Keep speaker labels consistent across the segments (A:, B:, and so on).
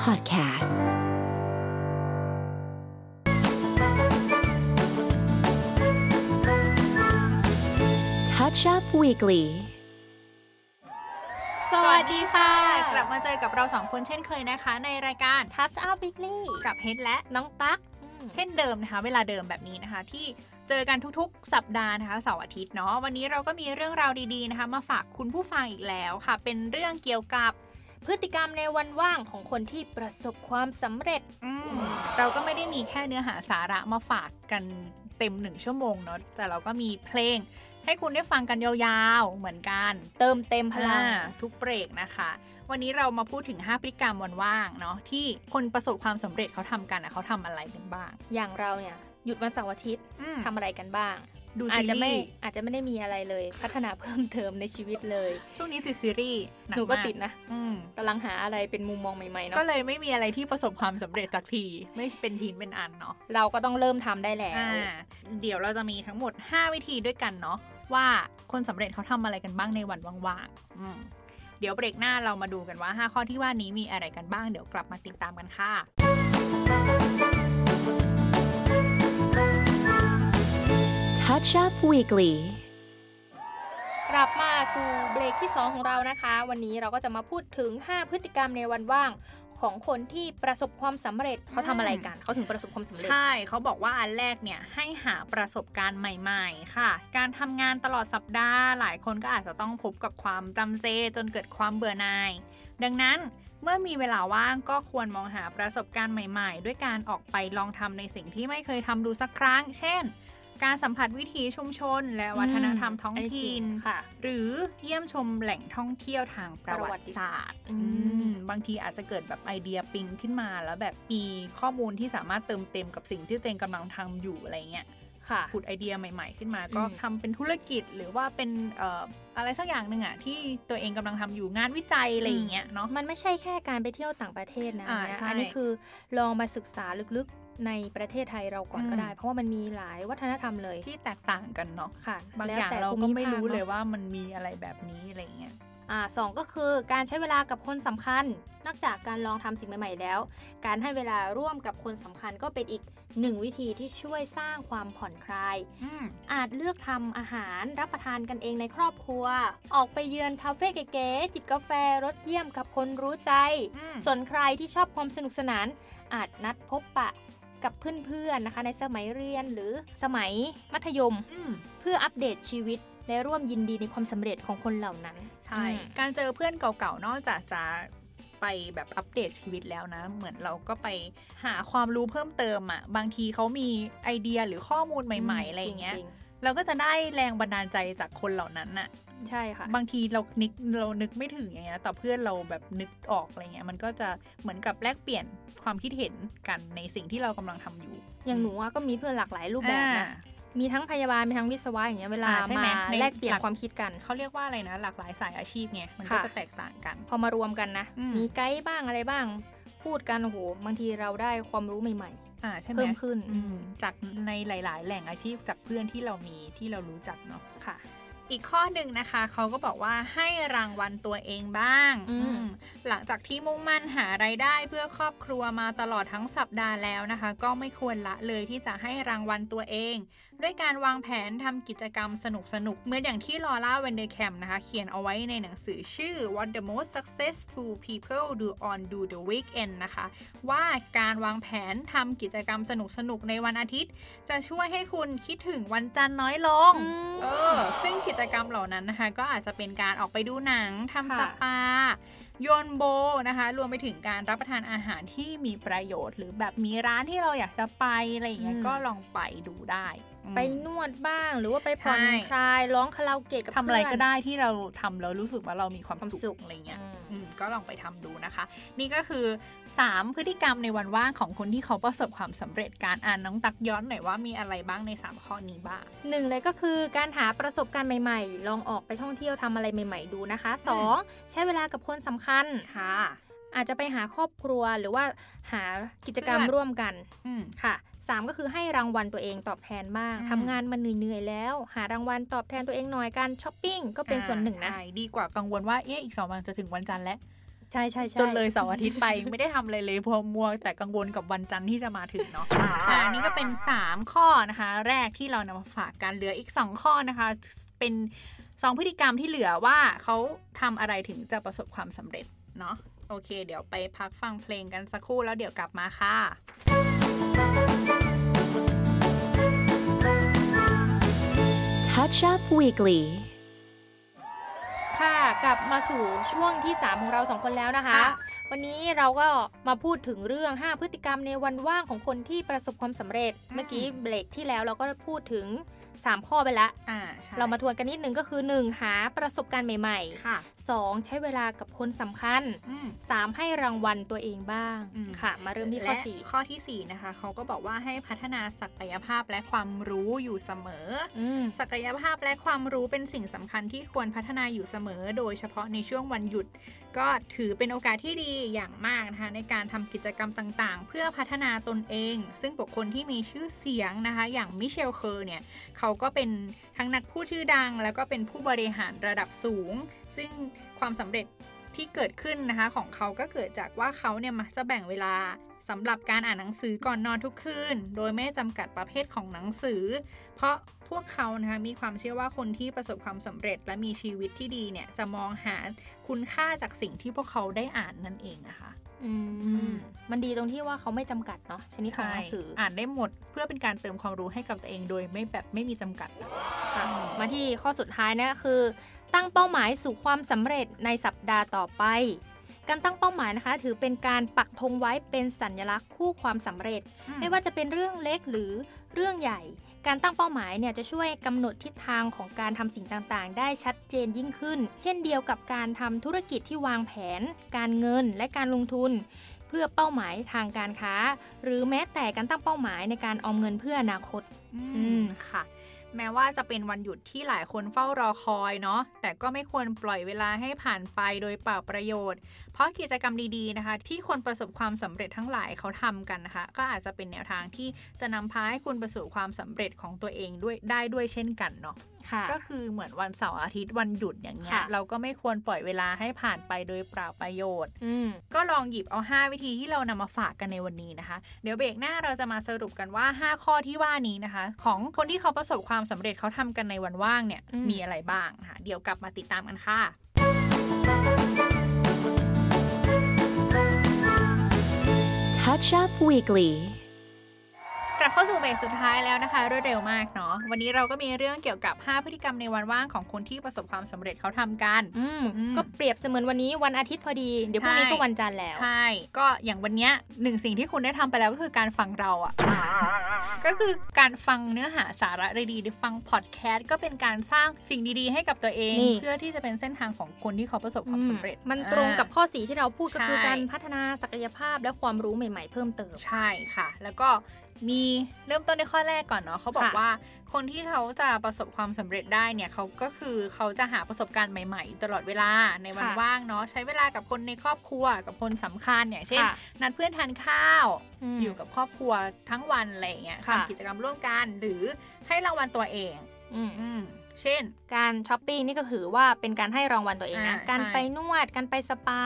A: podcasts. Touch Up Weekly.
B: สวัสดีค่ะ
C: กลับมาเจอกับเราสองคนเช่นเคยนะคะ ในรายการ
B: Touch Up Weekly
C: กับเฮดและ
B: น้องตั๊ก
C: เช่นเดิมนะคะ เวลาเดิมแบบนี้นะคะ ที่เจอกันทุกๆ สัปดาห์นะคะเสาร์อาทิตย์เนาะวันนี้เราก็มีเรื่องราวดีๆนะคะ มาฝากคุณผู้ฟังอีกแล้วค่ะ เป็นเรื่องเกี่ยวกับ
B: พฤติกรรมในวันว่างของคนที่ประสบความสำเร็จ
C: อืมเราก็ไม่ได้มีแค่เนื้อหาสาระมาฝากกันเต็มหนึ่งชั่วโมงเนาะแต่เราก็มีเพลง ให้คุณได้ฟังกันยาวๆเหมือนกัน
B: เติมเต็มพลัง
C: อ่าทุกเบรกนะคะ วันนี้เรามาพูดถึง 5 พฤติกรรมวันว่างเนาะที่คนประสบความสำเร็จเขาทำกันอะเขาทำอะไรกันบ้าง
B: อย่างเราเนี่ย หยุดวันเสาร์อาทิตย์ทำ
C: ทำ
B: อะไรกันบ้าง
C: ดู
B: อาจ
C: ซี
B: จะไม่
C: รีส์
B: อาจจะไม่ได้มีอะไรเลย พัฒนาเพิ่มเติมในชีวิตเลย
C: ช่วงนี้ติดซีรีส์นั
B: หนูก็
C: มา
B: ติดนะ
C: อืม
B: กำลังหาอะไรเป็นมุมมองใหม่ๆ
C: ก็
B: เนาะ
C: เลยไม่มีอะไรที่ประสบความสำเร็จจากที ไม่เป็นชิ้นเป็นอันเนาะ
B: เราก็ต้องเริ่มทำได้แล้ว
C: อ่าเดี๋ยวเราจะมีทั้งหมด 5 วิธีด้วยกันเนาะว่าคนสำเร็จเขาทำอะไรกันบ้างในวันว่างๆอืมเดี๋ยวเบรกหน้าเรามาดูกันว่า 5 ข้อที่ว่านี้มีอะไรกันบ้างเดี๋ยวกลับมาติดตามกันค่ะ
A: Touch Up Weekly.
B: กลับมาสู่เบรกที่ 2 ของเรานะคะ วันนี้เราก็จะมาพูดถึง 5 พฤติกรรมในวันว่าง ของคนที่ประสบความสำเร็จเขาทำอะไรกันเขาถึงประสบความสำเร็จ
C: ใช่เขาบอกว่าอันแรกเนี่ยให้หาประสบการณ์ใหม่ ๆ ค่ะ การทำงานตลอดสัปดาห์ หลายคนก็อาจจะต้องพบกับความจำเจจนเกิดความเบื่อหน่าย ดังนั้นเมื่อมีเวลาว่างก็ควรมองหาประสบการณ์ใหม่ ๆ ด้วยการออกไปลองทำในสิ่งที่ไม่เคยทำดูสักครั้ง เช่น การสัมผัสวิถีชุมชน และวัฒนธรรมท้อง
B: อันนี้จริง
C: ถิ่น
B: ค่ะ
C: หรือเยี่ยมชมแหล่งท่องเที่ยวทางประวัติศาสตร์
B: อืม
C: อืมบางทีอาจจะเกิดแบบไอเดียปิ๊งขึ้นมาแล้วแบบมีข้อมูลที่สามารถเติมเต็มกับสิ่งที่ตัวเองกำลังทำอยู่อะไรเงี้ย
B: ค่ะ
C: ผุดไอเดียใหม่ ๆ ขึ้นมา ก็
B: อืม
C: ทำเป็นธุรกิจหรือว่าเป็นเอ่ออะไรสักอย่างหนึ่งอะที่ตัวเองกำลังทำอยู่งานวิจัยอะไรอย่างเงี้ยเนาะ
B: มันไม่ใช่แค่การไปเที่ยวต่างประเทศนะ
C: อ่า
B: เนี่ย
C: ใช่
B: อันนี้คือลองมาศึกษาลึกๆในประเทศไทยเราก่อน
C: อืม
B: ก็ได้ เพราะว่ามันมีหลายวัฒนธรรมเลย
C: ที่แตกต่างกันเนาะ
B: ค่ะ
C: บาง
B: แล้ว
C: อย่าง
B: แต่
C: เรา
B: ภู
C: ก็
B: มิ
C: ไม่
B: ภค
C: รู้เลย
B: นอะ
C: ว่ามันมีอะไรแบบนี้อะไรเงี้ย
B: อ่าสองก็คือการใช้เวลากับคนสำคัญ นอกจากการลองทำสิ่งใหม่ๆแล้ว การให้เวลาร่วมกับคนสำคัญก็เป็นอีกหนึ่งวิธีที่ช่วยสร้างความผ่อนคลาย
C: อืม
B: อาจเลือกทำอาหารรับประทานกันเองในครอบครัว ออกไปเยือนคาเฟ่เก๋ๆจิบกาแฟรสเยี่ยมกับคนรู้ใจ
C: อืม
B: ส่วนใครที่ชอบความสนุกสนาน อาจนัดพบปะกับเพื่อนๆนะคะ ในสมัยเรียนหรือสมัยมัธยม
C: อืม
B: เพื่ออัปเดตชีวิต และร่วมยินดีในความสำเร็จของคนเหล่านั้น
C: ใช่
B: อืม
C: การเจอเพื่อนเก่าๆ นอกจากจะไปแบบอัปเดตชีวิตแล้วนะ เหมือนเราก็ไปหาความรู้เพิ่มเติมอ่ะ บางทีเขามีไอเดียหรือข้อมูลใหม่ ๆ อะไรอย่างเงี้ย
B: จริ
C: เราก็จะได้แรงบันดาลใจจากคนเหล่านั้นน่ะ
B: ๆใช่ค่ะ
C: บางทีเรานึกเรานึกไม่ถึงอย่างเงี้ย แต่เพื่อนเราแบบนึกออกอะไรเงี้ย มันก็จะเหมือนกับแลกเปลี่ยนความคิดเห็นกันในสิ่งที่เรากำลังทำอยู่
B: อย่างหนูอะก็มีเพื่อนหลากหลายรูปแบบ
C: อ่า
B: นะ มีทั้งพยาบาล มีทั้งวิศวะอย่างเงี้ยเวลา
C: อ่าใช่ไหม
B: มา
C: ใน
B: แลกเปลี่ย
C: ห
B: น
C: ลัก
B: ความคิดกัน
C: เขาเรียกว่าอะไรนะ หลากหลายสายอาชีพไง มันก็
B: ค่ะ
C: จะแตกต่างกัน
B: พอมารวมกันนะ
C: อืม
B: มีไกด์บ้างอะไรบ้าง พูดกันโอ้โห บางทีเราได้ความรู้ใหม่
C: อ่าใช่
B: ๆ
C: ไหม
B: เพิ่มขึ้น
C: อืมจากในหลาย ๆ แหล่งอาชีพจากเพื่อนที่เรามีที่เรารู้จักเนาะ
B: ค่ะ
C: อีกข้อหนึ่งนะคะ เขาก็บอกว่าให้รางวัลตัวเองบ้าง
B: อืม
C: อืมหลังจากที่มุ่งมั่นหาไรายได้เพื่อครอบครัวมาตลอดทั้งสัปดาห์แล้วนะคะ ก็ไม่ควรละเลยที่จะให้รางวัลตัวเอง ด้วยการวางแผนทำกิจกรรมสนุกๆ เหมือนอย่างที่ลอร่าเวนเดอร์แคมนะคะ เขียนเอาไว้ในหนังสือชื่อ What the most successful people do on do the weekend นะคะ ว่าการวางแผนทำกิจกรรมสนุกๆ ในวันอาทิตย์ จะช่วยให้คุณคิดถึงวันจันทร์น้อยลง
B: อืม
C: เออ ซึ่งกิจกรรมเหล่านั้นนะคะ ก็อาจจะเป็นการออกไปดูหนังทำ
B: ค่ะ
C: สปา โยนโบนะคะ รวมไปถึงการรับประทานอาหารที่มีประโยชน์ หรือแบบมีร้านที่เราอยากจะไปอะไรอย่างเงี้ย
B: อืม
C: ก็ลองไปดูได้อืม
B: ไปนวดบ้างหรือว่าไปผ่อน
C: ใช่
B: คลายร้องคาราโอเกะกับ
C: ทำอะไร
B: เพื่น
C: ก็ได้ที่เราทำแล้วรู้สึกว่าเรามีความ
B: ความสุ
C: สุข
B: ข
C: อะไรเงี้ย
B: อืม
C: อืมก็ลองไปทำดูนะคะ นี่ก็คือ 3 พฤติกรรมในวันว่างของคนที่เขาประสบความสำเร็จการอ่านน้องตักย้อนหน่อยว่ามีอะไรบ้างใน 3 ข้อนี้บ้าง
B: หนึ่งเลยก็คือการหาประสบการณ์ใหม่ๆ ลองออกไปท่องเที่ยวทำอะไรใหม่ๆ ดูนะคะสองใช้เวลากับคนสำคัญ
C: ค่ะ
B: อาจจะไปหาครอบครัวหรือว่าหากิจกรรม
C: เพื่อน
B: ร่วมกัน
C: อืม
B: ค่ะสามก็คือให้รางวัลตัวเองตอบแทนบ้าง
C: อืม
B: ทำงานมันเหนื่อยๆแล้ว หารางวัลตอบแทนตัวเองหน่อยการช้อปปิ้งก็เป็นส่วนหนึ่งนะ
C: ใช่ดีกว่ากังวลว่าเอ๊ะอีก 2 วันจะถึงวันจันทร์แล้ว
B: ใช่ใช่ใช่
C: จนเลยเสาร์อาทิตย์ไป ไม่ได้ทำอะไรเลยพวมัวแต่กังวลกับวันจันทร์ที่จะมาถึงเนาะอ่านี่ก็เป็น 3 ข้อนะคะ แรกที่เรานำมาฝากกันเหลืออีก 2 ข้อนะคะ เป็น 2 พฤติกรรมที่เหลือว่าเขาทำอะไรถึงจะประสบความสำเร็จเนาะโอเค เดี๋ยวไปพักฟังเพลงกันสักครู่แล้วเดี๋ยวกลับมาค่ะ
A: Touch Up Weekly.
B: ค่ะ กลับมาสู่ช่วงที่ 3 ของเรา 2 คนแล้วนะคะ
C: ค่ะ
B: วันนี้เราก็มาพูดถึงเรื่อง 5 พฤติกรรมในวันว่างของคนที่ประสบความสำเร็จ เมื่อกี้เบรกที่แล้วเราก็พูดถึง 3 ข้อไปละ
C: อ่าใช่
B: เรามาทวนกันนิดนึงก็คือ 1. หาประสบการณ์ใหม่
C: ค่ะ
B: ๆ 2. ใช้เวลากับคนสำคัญ
C: อืม
B: 3. ให้รางวัลตัวเองบ้าง
C: อืม
B: ค่ะ มาเริ่มที่ข้อ
C: และข้อที่สี่นะคะเขาก็บอกว่าให้พัฒนาศักยภาพและความรู้อยู่เสมอ
B: 4 อืม
C: ศักยภาพและความรู้เป็นสิ่งสำคัญที่ควรพัฒนาอยู่เสมอ โดยเฉพาะในช่วงวันหยุด ก็ถือเป็นโอกาสที่ดีอย่างมากนะคะในการทำกิจกรรมต่างๆ เพื่อพัฒนาตนเอง ซึ่งบุคคลที่มีชื่อเสียงนะคะ อย่างมิเชลเคอร์เนี่ยเขาก็เป็นทั้งนักพูดชื่อดัง แล้วก็เป็นผู้บริหารระดับสูง ซึ่งความสำเร็จที่เกิดขึ้นนะคะ ของเขาก็เกิดจากว่าเขาเนี่ยมักจะแบ่งเวลาสำหรับการอ่านหนังสือก่อนนอนทุกคืนโดยไม่จำกัดประเภทของหนังสือ เพราะพวกเขานะคะมีความเชื่อว่าคนที่ประสบความสำเร็จและมีชีวิตที่ดีเนี่ย จะมองหาคุณค่าจากสิ่งที่พวกเขาได้อ่านนั่นเองนะคะ
B: อืม มันดีตรงที่ว่าเขาไม่จำกัดเนาะชนิดของหนังสือ
C: อ่านได้หมดเพื่อเป็นการเติมความรู้ให้กับตัวเองโดยไม่แบบไม่มีจำกัด
B: ค่ะมาที่ข้อสุดท้ายนะคือ ตั้งเป้าหมายสู่ความสำเร็จในสัปดาห์ต่อไป การตั้งเป้าหมายนะคะ ถือเป็นการปักธงไว้เป็นสัญลักษณ์คู่ความสำเร็จ ไม่ว่าจะเป็นเรื่องเล็กหรือเรื่องใหญ่ การตั้งเป้าหมายเนี่ยจะช่วยกำหนดทิศทางของการทำสิ่งต่างๆ ได้ชัดเจนยิ่งขึ้น เช่นเดียวกับการทำธุรกิจที่วางแผน การเงินและการลงทุน เพื่อเป้าหมายทางการค้า หรือแม้แต่การตั้งเป้าหมายในการออมเงินเพื่ออนาคต
C: อืมค่ะ แม้ว่าจะเป็นวันหยุดที่หลายคนเฝ้ารอคอยเนาะแต่ก็ไม่ควรปล่อยเวลาให้ผ่านไปโดยเปล่าประโยชน์ เพราะกิจกรรมดีๆนะคะ ที่คนประสบความสำเร็จทั้งหลายเขาทำกันนะคะ ก็อาจจะเป็นแนวทางที่จะนำพาให้คุณประสบความสำเร็จของตัวเองด้วยได้ด้วยเช่นกันเนาะ
B: ค่ะ
C: ก็คือเหมือนวันเสาร์อาทิตย์วันหยุดอย่างเงี้ย
B: ค่ะ
C: เราก็ไม่ควรปล่อยเวลาให้ผ่านไปโดยเปล่าประโยชน์
B: อืม
C: ก็ลองหยิบเอา 5 วิธีที่เรานำมาฝากกันในวันนี้นะคะ เดี๋ยวเบรกหน้าเราจะมาสรุปกันว่า 5 ข้อที่ว่านี้นะคะ ของคนที่เขาประสบความสำเร็จเขาทำกันในวันว่างเนี่ย
B: อืม
C: มีอะไรบ้างนะคะเดี๋ยวกลับมาติดตามกันค่ะ
A: Touch Up Weekly.
C: กลับเข้าสู่เบรกสุดท้ายแล้วนะคะรวดเร็วมากเนาะวันนี้เราก็มีเรื่องเกี่ยวกับ 5 พฤติกรรมในวันว่างของคนที่ประสบความสำเร็จเขาทำกัน
B: อืม
C: อืม
B: ก็เปรียบเสมือนวันนี้วันอาทิตย์พอดี เดี๋ยวพรุ่งนี้
C: ใช่
B: ก็วันจันทร์แล้ว
C: ใช่ ก็อย่างวันเนี้ยหนึ่งสิ่งที่คุณได้ทำไปแล้วก็คือการฟังเราอะ่ะ ก็คือการฟังเนื้อหาสาระดีๆหรือฟังพอดแคสต์ก็เป็นการสร้างสิ่งดีๆ ให้กับตัวเอง
B: นี่
C: เพื่อที่จะเป็นเส้นทางของคนที่เขาประสบความสำเร็จ
B: อืมมันตรงกับข้อสีที่เราพูดก็คือ
C: ใช่
B: การพัฒนาศักยภาพและความรู้ใหม่ๆเพิ่มเติม
C: ใช่ค่ะ แล้วก็มีเริ่มต้นในข้อแรกก่อนเนาะเขาบอก
B: ค่ะ
C: ว่าคนที่เขาจะประสบความสำเร็จได้เนี่ยเขาก็คือเขาจะหาประสบการณ์ใหม่ ๆ ตลอดเวลาในวันว่างเนาะใช้เวลากับคนในครอบครัวกับคนสำคัญเนี่ยเช่น
B: ค่ะ
C: นัดเพื่อนทานข้าว
B: ม
C: อยู่กับครอบครัวทั้งวันอะไรอย่างเงี้ย
B: ค่ะ
C: ทำกิจกรรมร่วมกันหรือให้รางวัลตัวเอง
B: อืม
C: อืม เช่น
B: การช้อปปิ้งนี่ก็ถือว่าเป็นการให้รางวัลตัวเองนะ
C: อ่า
B: การ
C: ใช่
B: ไปนวดการไปสปา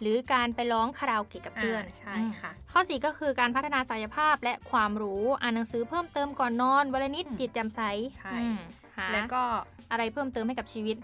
B: หรือการไปร้องคาราโอเกะกับเพื่อน
C: ใช่
B: อืม
C: ค่ะ
B: ข้อ 4 ก็คือการพัฒนาศักยภาพและความรู้ อ่านหนังสือเพิ่มเติมก่อนนอนวันละนิด
C: อืม
B: จิตแจ่มใส
C: ใช่
B: อืมหา
C: แล้วก็
B: อะไรเพิ่มเติมให้กับชีวิต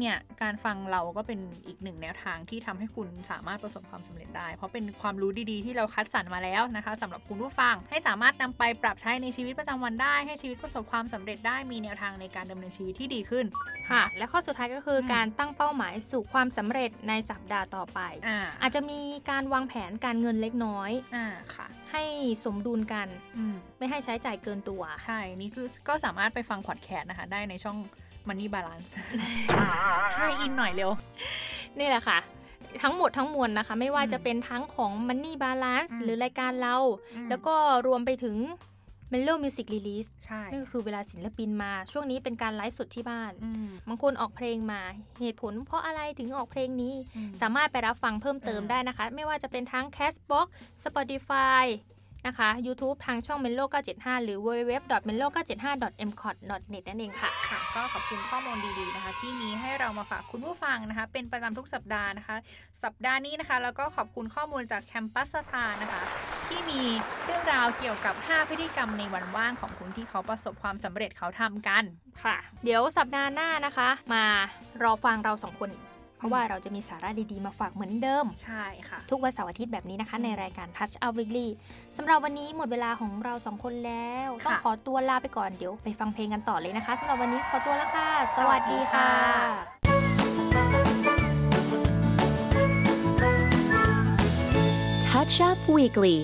C: เนี่ยการฟังเราก็เป็นอีกหนึ่งแนวทางที่ทำให้คุณสามารถประสบความสำเร็จได้ เพราะเป็นความรู้ดีๆ ที่เราคัดสรรมาแล้วนะคะสำหรับคุณผู้ฟังให้สามารถนำไปปรับใช้ในชีวิตประจำวันได้ ให้ชีวิตประสบความสำเร็จได้มีแนวทางในการดำเนินชีวิตที่ดีขึ้น
B: ค่ะและข้อสุดท้ายก็คืออ
C: ม
B: การตั้งเป้าหมายสู่ความสำเร็จในสัปดาห์ต่อไป
C: อ่า
B: อาจจะมีการวางแผนการเงินเล็กน้อย
C: อ่าค่ะ
B: ให้สมดุลกัน
C: อืม
B: ไม่ให้ใช้จ่ายเกินตัว
C: ใช่ นี่คือก็สามารถไปฟังพอดแคสต์นะคะ ได้ในช่อง Money Balance ให้อินหน่อยเร็ว
B: นี่แหละค่ะ ทั้งหมดทั้งมวลนะคะ ไม่ว่า
C: อืม
B: จะเป็นทั้งของ Money Balance
C: อืม
B: หรือรายการเรา แล้วก็รวมไปถึง m e l o Music Release
C: ใช่
B: นั่นก็คือเวลาศิลปินมา ช่วงนี้เป็นการไลฟ์สดที่บ้าน
C: อืม
B: บางคนออกเพลงมา เหตุผลเพราะอะไรถึงออกเพลงนี้
C: อืม
B: สามารถไปรับฟังเพิ่มเติม
C: อ่า
B: ได้นะคะ ไม่ว่าจะเป็นทั้ง Castbox Spotify นะคะ YouTube ทางช่อง m e l o 975 หรือ www.melo975.mcot.net นั่นเองค่ะ
C: ค่ะก็ขอบคุณข้อมูลดีๆนะคะ ที่มีให้เรามาฝากคุณผู้ฟังนะคะ เป็นประจำทุกสัปดาห์นะคะ สัปดาห์นี้นะคะ แล้วก็ขอบคุณข้อมูลจากแคมปัสสตานะคะ ที่มีเรื่องราวเกี่ยวกับ 5 พฤติกรรมในวันว่างของคุณที่เขาประสบความสำเร็จเขาทำกัน
B: ค่ะ เดี๋ยวสัปดาห์หน้านะคะ มารอฟังเราสองคนอีกเพราะว่าเราจะมีสาระดีๆ มาฝากเหมือนเดิม
C: ใช่ค่ะ
B: ทุกวันเสาร์อาทิตย์แบบนี้นะคะ ในรายการ Touch Up Weekly สำหรับวันนี้หมดเวลาของเราสองคนแล้ว
C: ค่ะ
B: ต้องขอตัวลาไปก่อนเดี๋ยวไปฟังเพลงกันต่อเลยนะคะสำหรับวันนี้ขอตัวแล้วค่ะ สวัสดีค่ะ
A: Touch Up Weekly